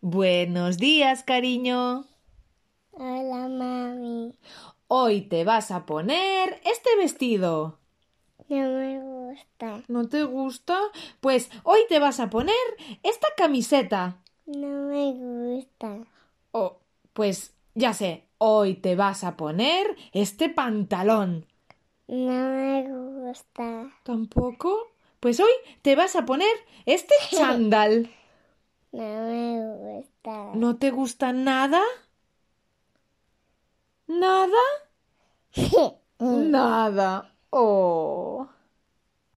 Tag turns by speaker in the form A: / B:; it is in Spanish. A: Buenos días, cariño.
B: Hola, mami.
A: Hoy te vas a poner este vestido.
B: No me gusta.
A: ¿No te gusta? Pues hoy te vas a poner esta camiseta.
B: No me gusta.
A: Oh, pues ya sé, hoy te vas a poner este pantalón.
B: No me gusta.
A: ¿Tampoco? Pues hoy te vas a poner este chándal.
B: No me gusta.
A: ¿No te gusta nada? ¿Nada? Nada. Oh.